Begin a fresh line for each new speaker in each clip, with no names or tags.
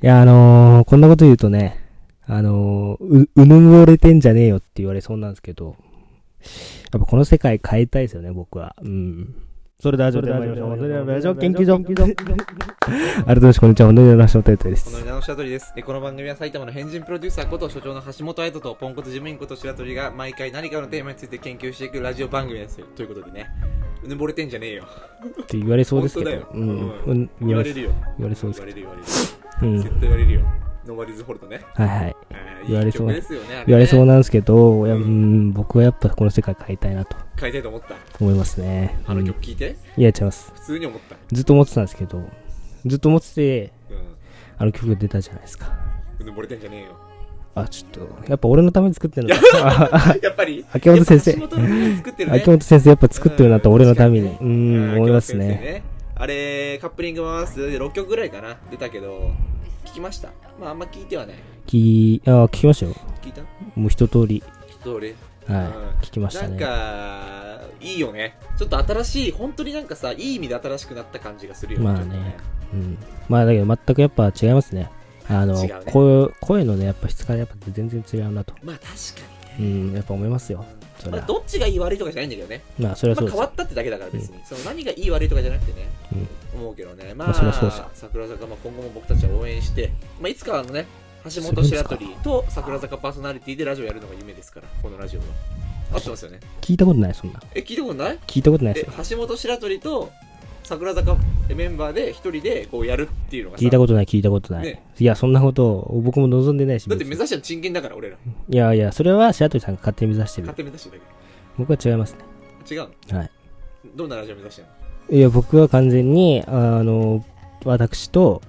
いや、あのーこんなこと言うとね、あのーう、うぬぼれてんじゃねえよって言われそうなんですけど、やっぱこの世界変えたいですよね、僕は。うん。それでは始めてまいりましょう。本当にラジオ研究所。改めまして、こんにちは。本当にラジオテーテです
こ。の名の白鳥です。えこの番組は埼玉の変人プロデューサーこと所長の橋本愛人とポンコツ事務員こと白鳥が毎回何かのテーマについて研究していくラジオ番組ですよ。ということでね。うぬぼれてんじゃねえよ。
って言われそうですけど。
本当
う
だよ
ん。
う
うん言
言
わ
わ
れ
れ
る。
るよ。
言われそうです
言われる言われる。
うん。
絶対言われるよ。ノーバリーズホルトね。
はいはい。
あー
言われそう
いい曲ですよね。あね
言われそうなんですけど、いやう
うん
ん、僕はやっぱこの世界変えたいなと
変えたいと思った。
思いますね。
あの
うん
曲聴いて、
いや、違います。
普通に思った。
ずっと思ってたんですけど、ずっと思ってて、
うん。
あの曲が出たじゃないですか。
うぬぼれてんじゃねえよ。
あ、ちょっと、やっぱ俺のために作ってるのか。あ
やっぱり、
秋元先生
やっぱ橋本のために作ってるね
秋。元先生やっぱ作ってるなと、
うん
俺のために。う
うん
ん、思います
今日の先
ね。
生あれ、カップリング回す6曲ぐらいかな、出たけど、聞きました。まあ、あんま聞いてはない。
き、あ、聞きましたよ。
聞いた
もう一通り。
一通り。
は
うん
い。聞きました
なん
ね。
か、いいよね。ちょっと新しい、本当になんかさ、いい意味で新しくなった感じがするよ
まあ
ちょっと
ねうん。まあだけど全くやっぱ違いますね。あの
違うね、
声、声のね、やっぱ質からやっぱ全然違うなと。
まあ確か
うん、やっぱ思いますよ。そ
に。
れ
まあ、
は。
どっちがいい悪いとかじゃないんだけどね。
まあ、それはそう
まあ、
で
変
す
わ。ったってだけだから別に。その何がいい悪いとかじゃなくてね、思うけどね。ま
まあ
あ、
そりゃそうですよ
桜坂、まあ、今後も僕たちは応援して、まあ、いつかはあのね、橋本
するんです
白
か
鳥と桜坂パーソナリティでラジオやるのが夢ですから、このラジオは。合ってますよね。
聞いたことない、そんな。
え、聞いたことない
聞いたことないで
え
すよ。
橋本白鳥と桜坂メンバーで一人でこうやるっていうのがさ
聞いたことない、聞いたことない
ね。
いや、そんなこと、僕も望んでないし。
だって
別
目
に
指したの真剣だから俺ら
いやいや、それは白鳥さんが勝手に目指してる
勝。手に目指してるだ
僕は違いますね。
け違うの
はい。
どんなラジオ目指してんの
いや、僕は完全に、あの、私と、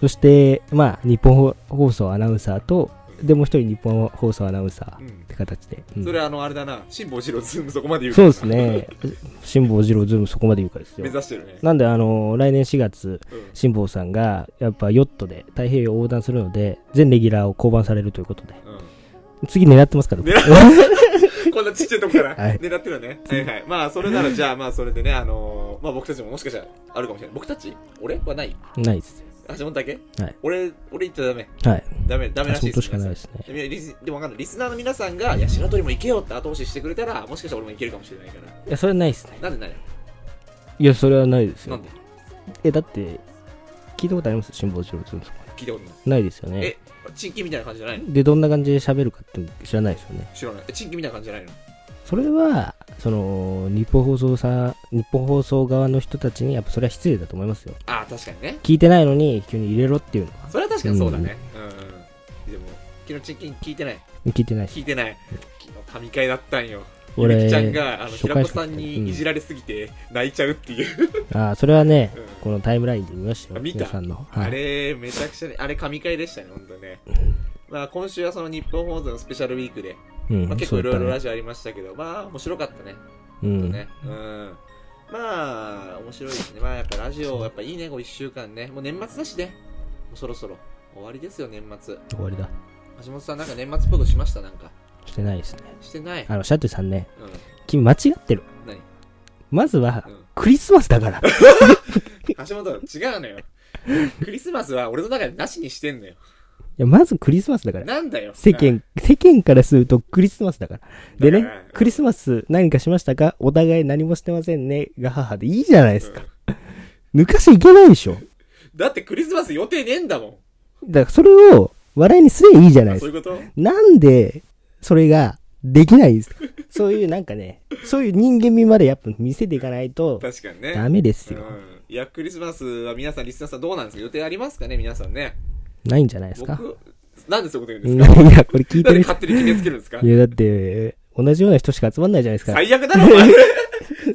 そして、まあ、日本放送アナウンサーと、で、もう一人日本放送アナウンサー
う
っ
ん
て形で。うん
それはあのあれだな辛坊治郎ズームそこまで言う
そうですね。辛坊治郎ズームそこまで言うかです
目
よ。
指してるね
なんで、あの、来年4月、
うん
辛坊さんが、やっぱヨットで太平洋を横断するので、全レギュラーを降板されるということで。
うん
次狙ってますから、
狙 こんなちっちゃいとこから
はい
狙ってるよねはいはいまあそれならじゃあまあそれでねあのーまあ僕たちももしかしたらあるかもしれない僕たち俺はない
ないです
橋本だけ
はい
俺俺言っちゃダメ
はい。
ダメダメらし
足
いで
元
す
しかないですね。
いやリスでもわかんないリスナーの皆さんが「いや白鳥も行けよ」って後押ししてくれたらもしかしたら俺も行けるかもしれないから
いや、それはないですね。
なんでないの
いや、それはないですよ
なん。で
え、だって、聞いたことあります辛坊治郎ズームそこまで
聞いたことない
ないですよね。
えチンキみたいな感じじゃないの
でどんな感じで喋るかって知らないですよね
知らないえチンキみたいな感じじゃないの
それはその日本放送さ日本放送側の人たちにやっぱそれは失礼だと思いますよ
ああ確かにね
聞いてないのに急に入れろっていうのは
それは確かにそうだねうん、でも昨日チンキ聞いてない
聞いてないし
聞いてない昨日神回だったんよゆ
俺
めきちゃんがあの
初
平
回
子
しか
さ
聞いて
ん
ない
にいじられすぎて泣いちゃうっていう、
ああそれはね、
うん
このタイムラインで見ましたよ
あ見た
皆さんの、 はい、
あれめちゃくちゃねあれ神回でしたね本当ねまあ今週はその日本放送のスペシャルウィークで、
うん、
まあ、結構いろいろラ
ジ
ジオありましたけど、まあ面白かったね
オ、うん
ね、うん。まあ、面白いですね。まあ、やっぱラジオ、やっぱいいね、こう1週間ね。もう年末だしね。もうそろそろ。終わりですよ、年末。
終わりだ
橋本さん、なんか年末っぽくしましたなんか。
してないですね
してない。
あのシャトゥさんね
うん。
君間違ってる
何
まずは、
うん
クリスマスだから
橋本、違うのよ。クリスマスは俺の中でなしにしてんのよ。
いやまずクリスマスだから
なんだよ。
世間、世間からするとクリスマスだから。でね
だから、
クリスマス何かしましたかお互い何もしてませんね。が母でいいじゃないで
う
す
ん
か。抜かしちゃいけないでしょ。
だってクリスマス予定ねえんだもん。
だからそれを笑いにすればいいじゃない
あ
で
そうい
す
う
か。
こと
なんで、それができないんですかそういうなんかね、そういう人間味までやっぱ見せていかないと
確かにね。
ダメです
う
よ。
ん。いや、クリスマスは皆さん、リスナーさんどうなんですか予定ありますかね皆さんね。
ないんじゃないですか
僕、なんでそういうこと言うん
い
ですか
や、これ聞いて
なん
る
で 勝手に決めつけるんですか
人。いや、だって、同じような人しか集まんないじゃないですか。い
最悪だろ、お前。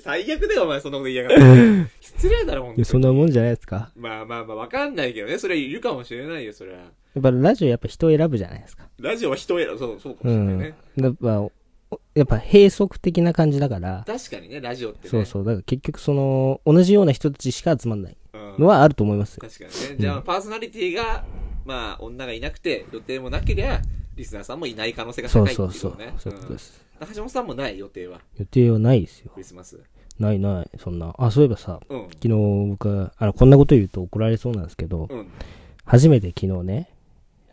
最悪だよ、お前、そんなこと言いやがって。失礼だろ、ほんと
や、そん
に。
なもんじゃないですか。
まあまあまあ、わかんないけどね。それはいるかもしれないよ、それは。
やっぱラジオやっぱ人を選ぶじゃないですか。
ラジオは人選ぶ、そう、そうかも
う
しれない
ん。
ね。
やっぱ、おやっぱ閉塞的な感じだから、
確かにね、ラジオってね。
そうそう、だから結局その、同じような人たちしか集まんない
うん。
のはあると思いますよ。
確かにね。じゃあ、パーソナリティが、まあ、女がいなくて、予定もなけりゃ、リスナーさんもいない可能性が
そ
高
う
いって
そ
いうう
そう
ことね。。
そういうことで
うん
す。
橋本さんもない、予定は。
予定はないですよ
ク。リスマス。
ないない、そんな。あ、そういえばさ、
うん。
昨日僕は、あの、こんなこと言うと怒られそうなんですけど、
うん。
初めて昨日ね、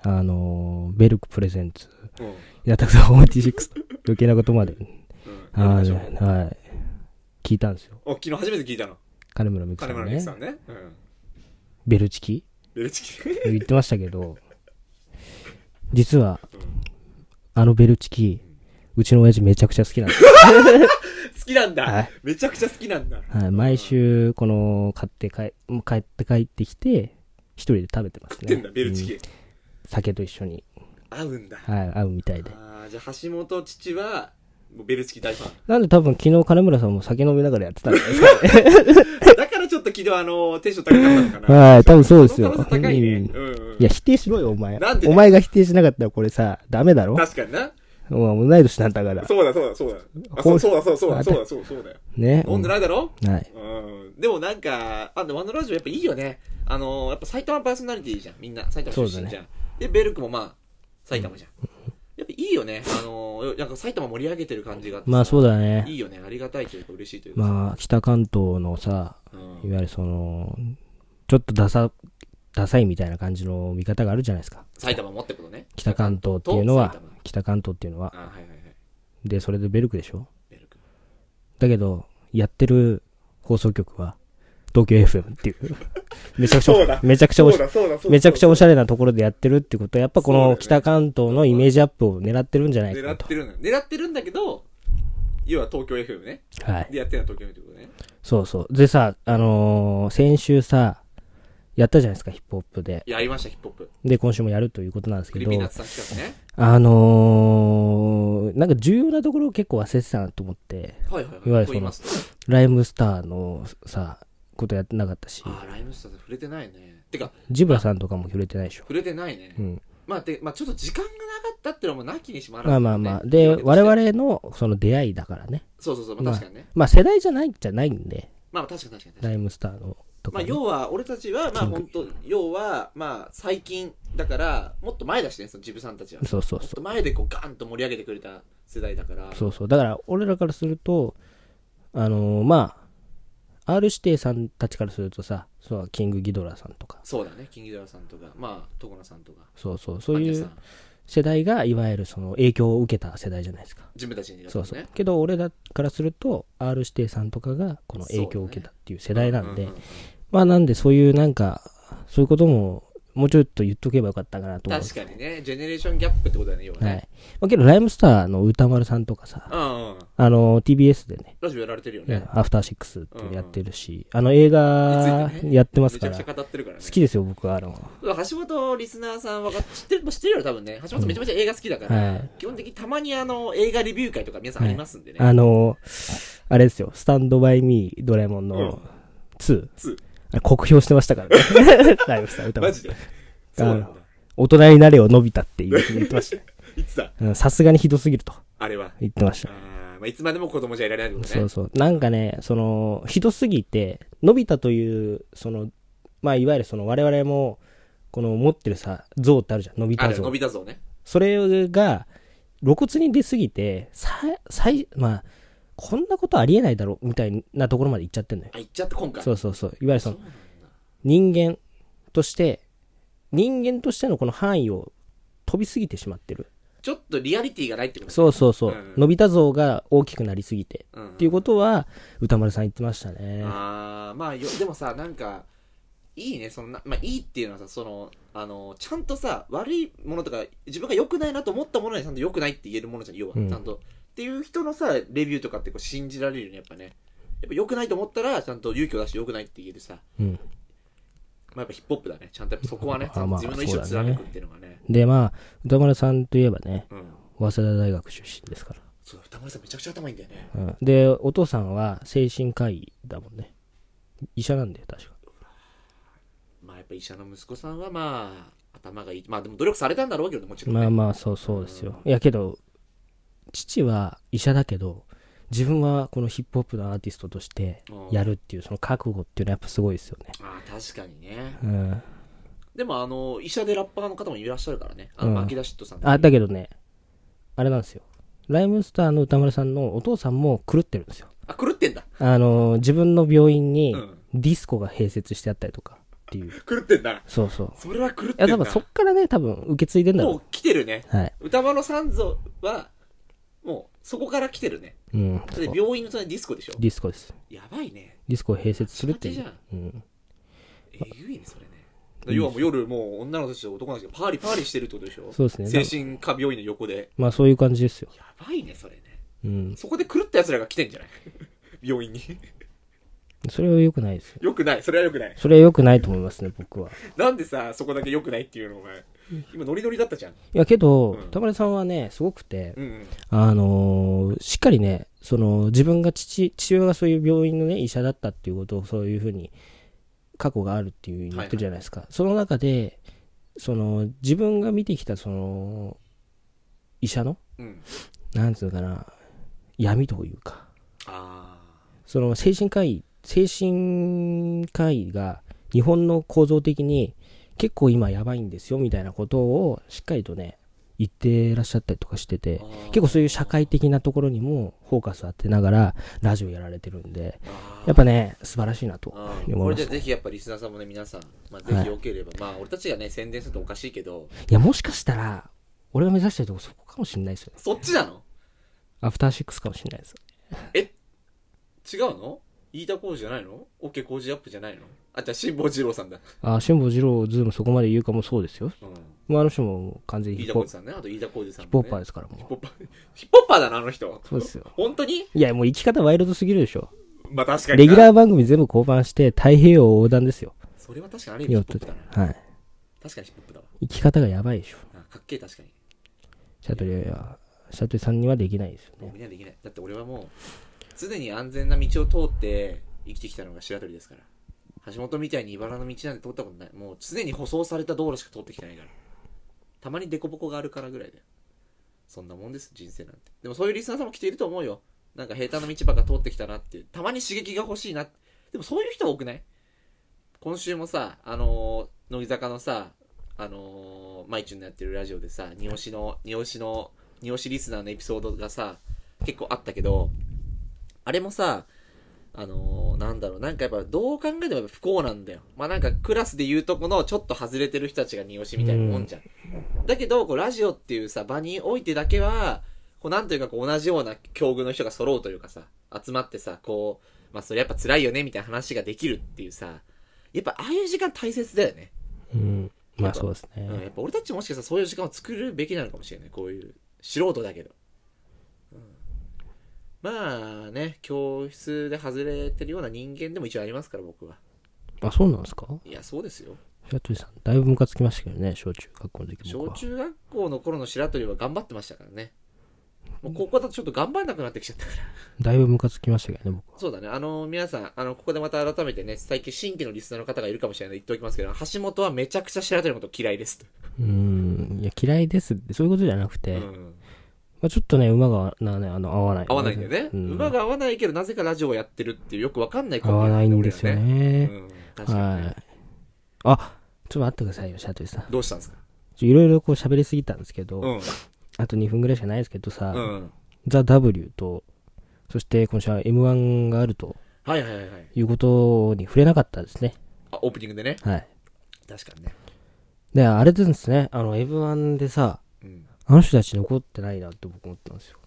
あのーベルクプレゼンツ、
うん。うん。
稲田さん OT6 と余計なことまで、
やり
は
ま
い、
しょう
はい。聞いたんですよ。
お、昨日初めて聞いたの。
金村美玖
金
さん
村美
ね
樹。さんね。うん。
ベルチキ
ベルチキ。 うん。
言ってましたけど、実は、あのベルチキ、うちの親父めちゃくちゃ好きなんですよ。
好きなん
は
だ
い。
めちゃくちゃ好きなんだ。
はい、毎週、この、買って帰、帰って帰ってきて、一人で食べてますね。
食ってんだ、ベルチ
うん
キ。
酒と一緒に、
合うんだ。
はい、合うみたいで。
ああ、じゃあ橋本父は、もうベルチキ大ファン。
なんで多分昨日金村さんも酒飲みながらやってたんじゃないですかね。
だからちょっと昨日あの、テンション高かったのかな。
はい、多分そうですよ。
その可能性高いね。
うん
うん
い
うん。
や、否定しろよ、お前
なん。で
お前が否定しなかったらこれさ、ダメだろ
確かにな。
もう同い年なんだから。
そうだそうだそうだ。あ、そうそうだそうだそうだそうだそうだそうだよ。
ね。
飲んでないだろ
うんはい。
うん。でもなんか、あ、でもあのラジオやっぱいいよね。あの、やっぱ埼玉パーソナリティじゃん。みんな。埼玉出身じゃん。で、ベルクもまあ、埼玉じゃん。やっぱいいよね。あの、なんか埼玉盛り上げてる感じがあってさ
まあそうだね。
いいよね。ありがたいというか嬉しいというか。
まあ、北関東のさ、
うん
いわゆるその、ちょっとダサ、ダサいみたいな感じの見方があるじゃないですか。
埼玉もってことね。
北関東っていうのは
と埼玉、
北関東っていうのは。
あ、はいはいはい。
で、それでベルクでしょ
ベルク。
だけど、やってる放送局は、東京 FM って いう。めちゃくち
そうだ
ゃ、めちゃくちゃおし、
そうだそ
めちゃくちゃ
ゃ
おしゃれなところでやってるってことは、やっぱこ
そうだ
の
ね
北関東のイメージアップを狙ってるんじゃないか
狙
な
っ
と。
てるのよ狙ってるんだけど、要は東京 FM ね。
はい。
で、やってるのは東京 FM ってことね。
そうそう。でさ、あのー先週さ、やったじゃないですか、ヒップホップで。
やりました、ヒップホップ。
で、今週もやるということなんです
ク
け
リ
ど
ピー、ナッツさん企画ね。
あのーなんか重要なところを結構忘れてたなと思って、
はいはいはい。
いわゆるその
こう言いますと
ライムスターのさ、ことやってなかったし、
あーライムスターズ触れてないね。てか、
ジブラさんとかも触れてないでしょ。
触れてないね。
うん。
まあ、て、まあ、ちょっと時間がなかったっていうのもなきにしもあらず
ま
だ
あ
ね
まあまあ。で、
世の中
我
として
々のその出会いだからね。
そうそうそう、まあ、確かにね。
まあ世代じゃないじゃないんで、
まあ、まあ、確かに確かに確か
ラ
に。
イムスターのと
ま
か
あ、
ね、
要は、俺たちは、まあ、
キング
本当要は、まあ、最近、だから、もっと前だしね、その、ジブさんたちは。
そうそう
ちょっ
そ
と前でこうガンと盛り上げてくれた世代だから
う。そうそう。だから、俺らからすると、あのーまあ、R 指定さんたちからするとさ、そう、キングギドラさんとか、
そうだね金ギドラさんとかまあ徳野さんとか
そうそう、そうい
アンジャ
う
さん
世代が、いわゆるその影響を受けた世代じゃないですか。
自分たちにだった
そ
ね
うそう。けど、俺らからすると、R 指定さんとかが、この影響を受けたっていう世代なん
う
で
う、う
まあ、なんで、そういうなんか、そういうことも、もうちょっと言っとけばよかったかなと思うんで
確
す
かにねジェネレーションギャップってことだよね要は
は
ね
い。まあ、けど、ライムスターの歌丸さんとかさ、
うんうん
あの、TBS でね、
ラジオやられてるよね
アフターシックスっていうのやってるし、あの映画
についてね
やってま
め
す
ち
か
ゃ
ら、
くち
好
ゃ語ってるからね
きですよ、僕はあの。
橋本リスナーさんは知ってるもう知ってるよ多分ね橋本めちゃめちゃ映画好きだから、
はい
基本的にたまにあの映画レビュー会とか皆さんありますんでね、
あの、あれですよ、スタンドバイミードラえもん
うん
の2。
2
あれ、酷評してましたから ね。ライブスター歌
マ
丸
ジでそうなんだ
大人になれよ、のび太っていうふうに言ってま したね
いつだ
うん。さすがにひどすぎると
あれは
言ってました
あ。ー、まあ、いつまでも子供じゃいられないってことね
そうそう。なんかね、その、ひどすぎて、のび太という、その、まあ、いわゆるその我々も、この持ってるさ、像ってあるじゃん、のび
あ
太
る伸
像。
びたぞね
それが、露骨に出すぎて、さ、最、まあ、こんなことありえないだろ、みたいなところまで行っちゃってんのよ。
あ行っちゃった今回
そうそうそう。いわゆるその
そう、なんだ
人間として、人間としてのこの範囲を飛びすぎてしまってる。
ちょっとリアリティがないってこと
そうそうそう
うん。
のび太像が大きくなりすぎて。
う、ん、
っていうことは、歌丸さん言ってましたね。
ああまあよでもさなんかいいねそのな、まあ、いいっていうのはさそのあのちゃんとさ悪いものとか自分が良くないなと思ったものにちゃんと良くないって言えるものじゃん要は、
うん
ちゃんとっていう人のさレビューとかってこう信じられるよねやっぱねやっぱ良くないと思ったらちゃんと勇気を出して良くないって言えるさ、ま
うん。
あ、やっぱヒップホップだねちゃんとやっぱそこはね
あ
ちゃんと
まあ
自分の意思を
そうだね
貫くっていうのがね
で、まあ、歌丸さんといえばね、
うん
早稲田大学出身ですか
そう歌丸さんめちゃくちゃ頭いいんだよね
ら。うん。で、お父さんは精神科医だもんね。医者なんだよ、確か。
まあやっぱ医者の息子さんはまあ頭がいいまあでも努力されたんだろうけどねもちろんね、
まあまあ、そうそうですよ。いやけど、父は医者だけど、自分はこのヒップホップのアーティストとしてやるっていう、その覚悟っていうのはやっぱすごいですよね。
ああ確かにね
うん。
でもあの医者でラッパーの方もいらっしゃるからねあ
う
の
ん
マキダシットさん
あ、だけどね、あれなんですよ。ライムスターの歌丸さんのお父さんも狂ってるんですよ。
あ狂ってんだ
あの、自分の病院に
うん
ディスコが併設してあったりとか。っていう。
狂ってんだ。
そうそう。
それは狂ってん
いや、
だ。
多分そっからね、多分受け継いでんだ
も
ろ
う来てるね。
う。はい。
歌丸さんぞは、もうそこから来てるね。
うん。
だっ
そう
て病院の隣ディスコでしょ。
ディスコです。
やばいね。
ディスコを併設するってい
じゃ
う。
ん。
うん。
えぐいね、それね。要はもう夜、もう女の人たちと男の人がパーリパーリしてるってことでしょ
そうですね。
精神科病院の横で。
まあそういう感じですよ。
やばいね、それね。
うん。
そこで狂った奴らが来てんじゃない病院に。
それは良くないですよ。
よくない、それはよくない。
それは良くないと思いますね、僕は。
なんでさ、そこだけよくないっていうのが、今ノリノリだったじゃん。
いや、けど
うん、
田村さんはね、すごくて、
うんうん。
あのーしっかりね、その、自分が父、父親がそういう病院のね、医者だったっていうことを、そういうふうに、過去があるっていうふうに言ってるじゃないですか。その中で、その、自分が見てきた、その、医者の、
うん。
なんつうのかな、闇というか、
あ
その、精神科医、精神科医が、日本の構造的に、結構今やばいんですよ、みたいなことを、しっかりとね、言ってらっしゃったりとかしてて
ー、あ。
結構そういう社会的なところにもフォーカス当てながらラジオやられてるんで、
あー
やっぱね、素晴らしいなと
あー
思
こ
いま
れじゃ
し
あ
た。い
ぜひやっぱリスナーさんもね皆さん、ま
は
あ、ぜ
い
ひよければ、まあ俺たちがね宣伝するとおかしいけど
や、もしかしたら、俺が目指してるとこそこかもしれないですよね。
そっちなの
アフターシックスかもしれないです。
違うの飯田浩二じゃないのオッケー工事アップじゃないのあじゃあ辛坊二郎さんだ、
あ、辛坊二郎、ズームそこまで言うかもそうですよ。
うん、
まあ、あの人も完全にヒッ
飯田
プ
浩
ホ
二さんねあと飯田浩二さん、
ヒ
ね、
ップホッパー
ヒ
ですから、もう。
ップホッパーヒップホッパーだなあの人
そうですよ。
本当に
いや、もう生き方ワイルドすぎるでしょ。
まあ確かに
レギュ
ー
ラー番組全部降板して太平洋横断ですよ。
それは確かにあれヒ
ヨ
ッ
ッ
プホ
ト
ップ
で
だな。
はい。
確かにヒップホップだわ
生き方がやばいでしょ。
あかっけえ確かに
シャトレは、シャトレさんにはできないですよ
もう
ね。
みんなできないだって俺はもう常に安全な道を通って生きてきたのが白鳥ですから橋本みたいに茨の道なんて通ったことないもう常に舗装された道路しか通ってきてないからたまに凸凹があるからぐらいだよそんなもんです人生なんてでもそういうリスナーさんも来ていると思うよなんか平坦な道ばっか通ってきたなっていうたまに刺激が欲しいなでもそういう人多くない今週もさあのー乃木坂のさあのー、マイチュンのやってるラジオでさ三好の三好の三好リスナーのエピソードがさ結構あったけどあれもさあのーなんだろうなんかやっぱどう考えてもやっぱ不幸なんだよまあなんかクラスでいうとこのちょっと外れてる人たちが三好みたいなもんじゃん、だけどこうラジオっていうさ場においてだけはこうなんというかこう同じような境遇の人が揃うというかさ集まってさこうまあそれやっぱ辛いよねみたいな話ができるっていうさやっぱああいう時間大切だよね
うん。まあ、そうですね。
うん、やっぱ俺たちもしかしたらそういう時間を作るべきなのかもしれないこういう素人だけど、うん、まあね教室で外れてるような人間でも一応ありますから僕は
あ、そうなんですか
いやそうですよ
白鳥さん、だいぶムカつきましたけどね、小中学校の時僕
小
は。
中学校の頃の白鳥は頑張ってましたからねもうここだとちょっと頑張れなくなってきちゃった から
だいぶムカつきましたけどね、僕は。
そうだね。あの、皆さん、あの、ここでまた改めてね、最近新規のリスナーの方がいるかもしれないので言っておきますけど、橋本はめちゃくちゃ白鳥のこと嫌いですと。
うーん、いや、嫌いですって、そういうことじゃなくて、
うん
まあ、ちょっとね、馬がな、ね、あの合わない、
合わないんだよね。
うん
馬が合わないけど、なぜかラジオをやってるっていう、よくわかんないコ
合
ンビ
わ
な
ない
だ
ん
よ
ですよ
俺ら
ね。
うん、確かに、
は
ね
い。あちょっと待ってくださいよ、白鳥さん。
どうしたんですか
ちょいろいろこう喋りすぎたんですけど、
うん。
あと2分ぐらいしかないですけどさ、
うん。
ザ・ W と、そして今週は M1 があると
はいはいはいはい。
いうことに触れなかったですね。
あ、オープニングでね。
はい。
確かにね。
で、あれですね、あの、M1 でさ、
うん。
あの人たち残ってないなって僕思ったんですよ。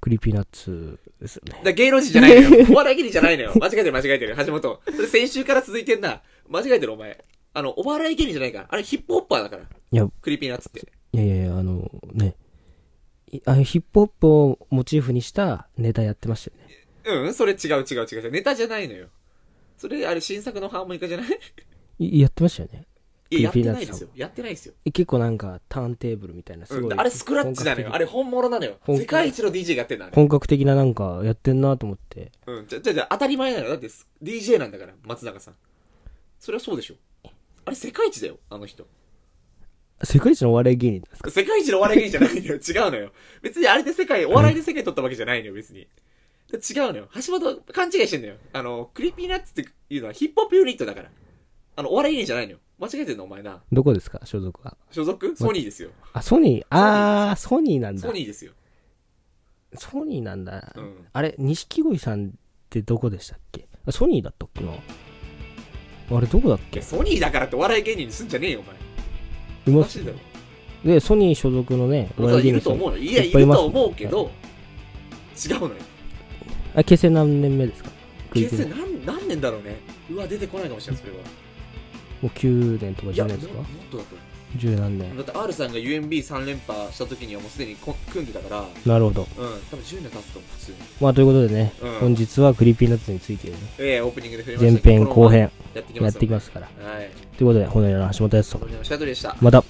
クリーピーナッツですよね。
だ芸能人じゃないの よ。お笑い芸人じゃないのよ。間違えてる間違えてる。橋本。それ先週から続いてんな。間違えてるお前。あの、お笑い芸人じゃないから。あれヒップホッパーだから。
いや、
クリーピーナッツって。
いやいやいや、あのね、いあのヒップホップをモチーフにしたネタやってましたよね。
うん、それ違う違う違う違う。ネタじゃないのよ。それ、あれ新作のハーモニカじゃない
いやってましたよね。
いや、やっ
ク
て
リーピーナ
な
ッ
い
ツ
で
さん
すよ。やってないですよ。
え結構なんかターンテーブルみたいな、すごい。
うん、あれスクラッチなのよ。あ
れ
れ本物なのよ。
本気
世界一の DJ がやってんだ、あれ。
本格的ななんかやってんなと思って。
うん、じゃ、じゃ、じゃ、当たり前なのよ。だってす、DJ なんだから、松永さん。それはそうでしょ。あれ、世界一だよ、あの人。
世界一のお笑い芸人ですか
世界一のお笑い芸人じゃないのよ。 違うのよ。別にあれで世界、お笑いで世界取ったわけじゃないのよ、別に。で違うのよ。橋本、勘違いしてんのよ。あの、クリーピーナッツっていうのはヒップホップユニットだから。あの、お笑い芸人じゃないのよ。間違えてんの、お前な。
どこですか所属は。
所属ソニーですよ。
あ、ソニー。あー、ソニーなんだ
ソ。ニーですよ。
ソニーなんだ。
うん
あれ、錦鯉さんってどこでしたっけあソニーだったっけなあれどこだっけ
ソニーだからってお笑い芸人にすんじゃねえよ、
い
お前。お
ま
か
す
しいだろ。
でソニー所属のね
本当は
芸人
いる
さ
と
ん
思うの。いや、
い
い
っぱいい
る
ます
と思うけど、違うのよ。
あ結成何年目ですか
結成
も
何何年だろうね。うわ、出てこないかもしれない、それは。
う9年とか
い
10
や、
年で
も
すか
もっとだと思
十何年
う。だって R さんが UMB3 連覇した時にはもうすでにこ組んでたから、うん、
なるほど
多分10年経つと思う、普通に。
まあということでね、
うん
本日はクリーピーナッツについてね
ええオープニングで触れまし
前
たけど
編後。編
このままやっていき
や
ま
っ
す
てい
よ。
きますから
はい。
ということで本題の橋本康
こ
人
れでもシャドウでした。
また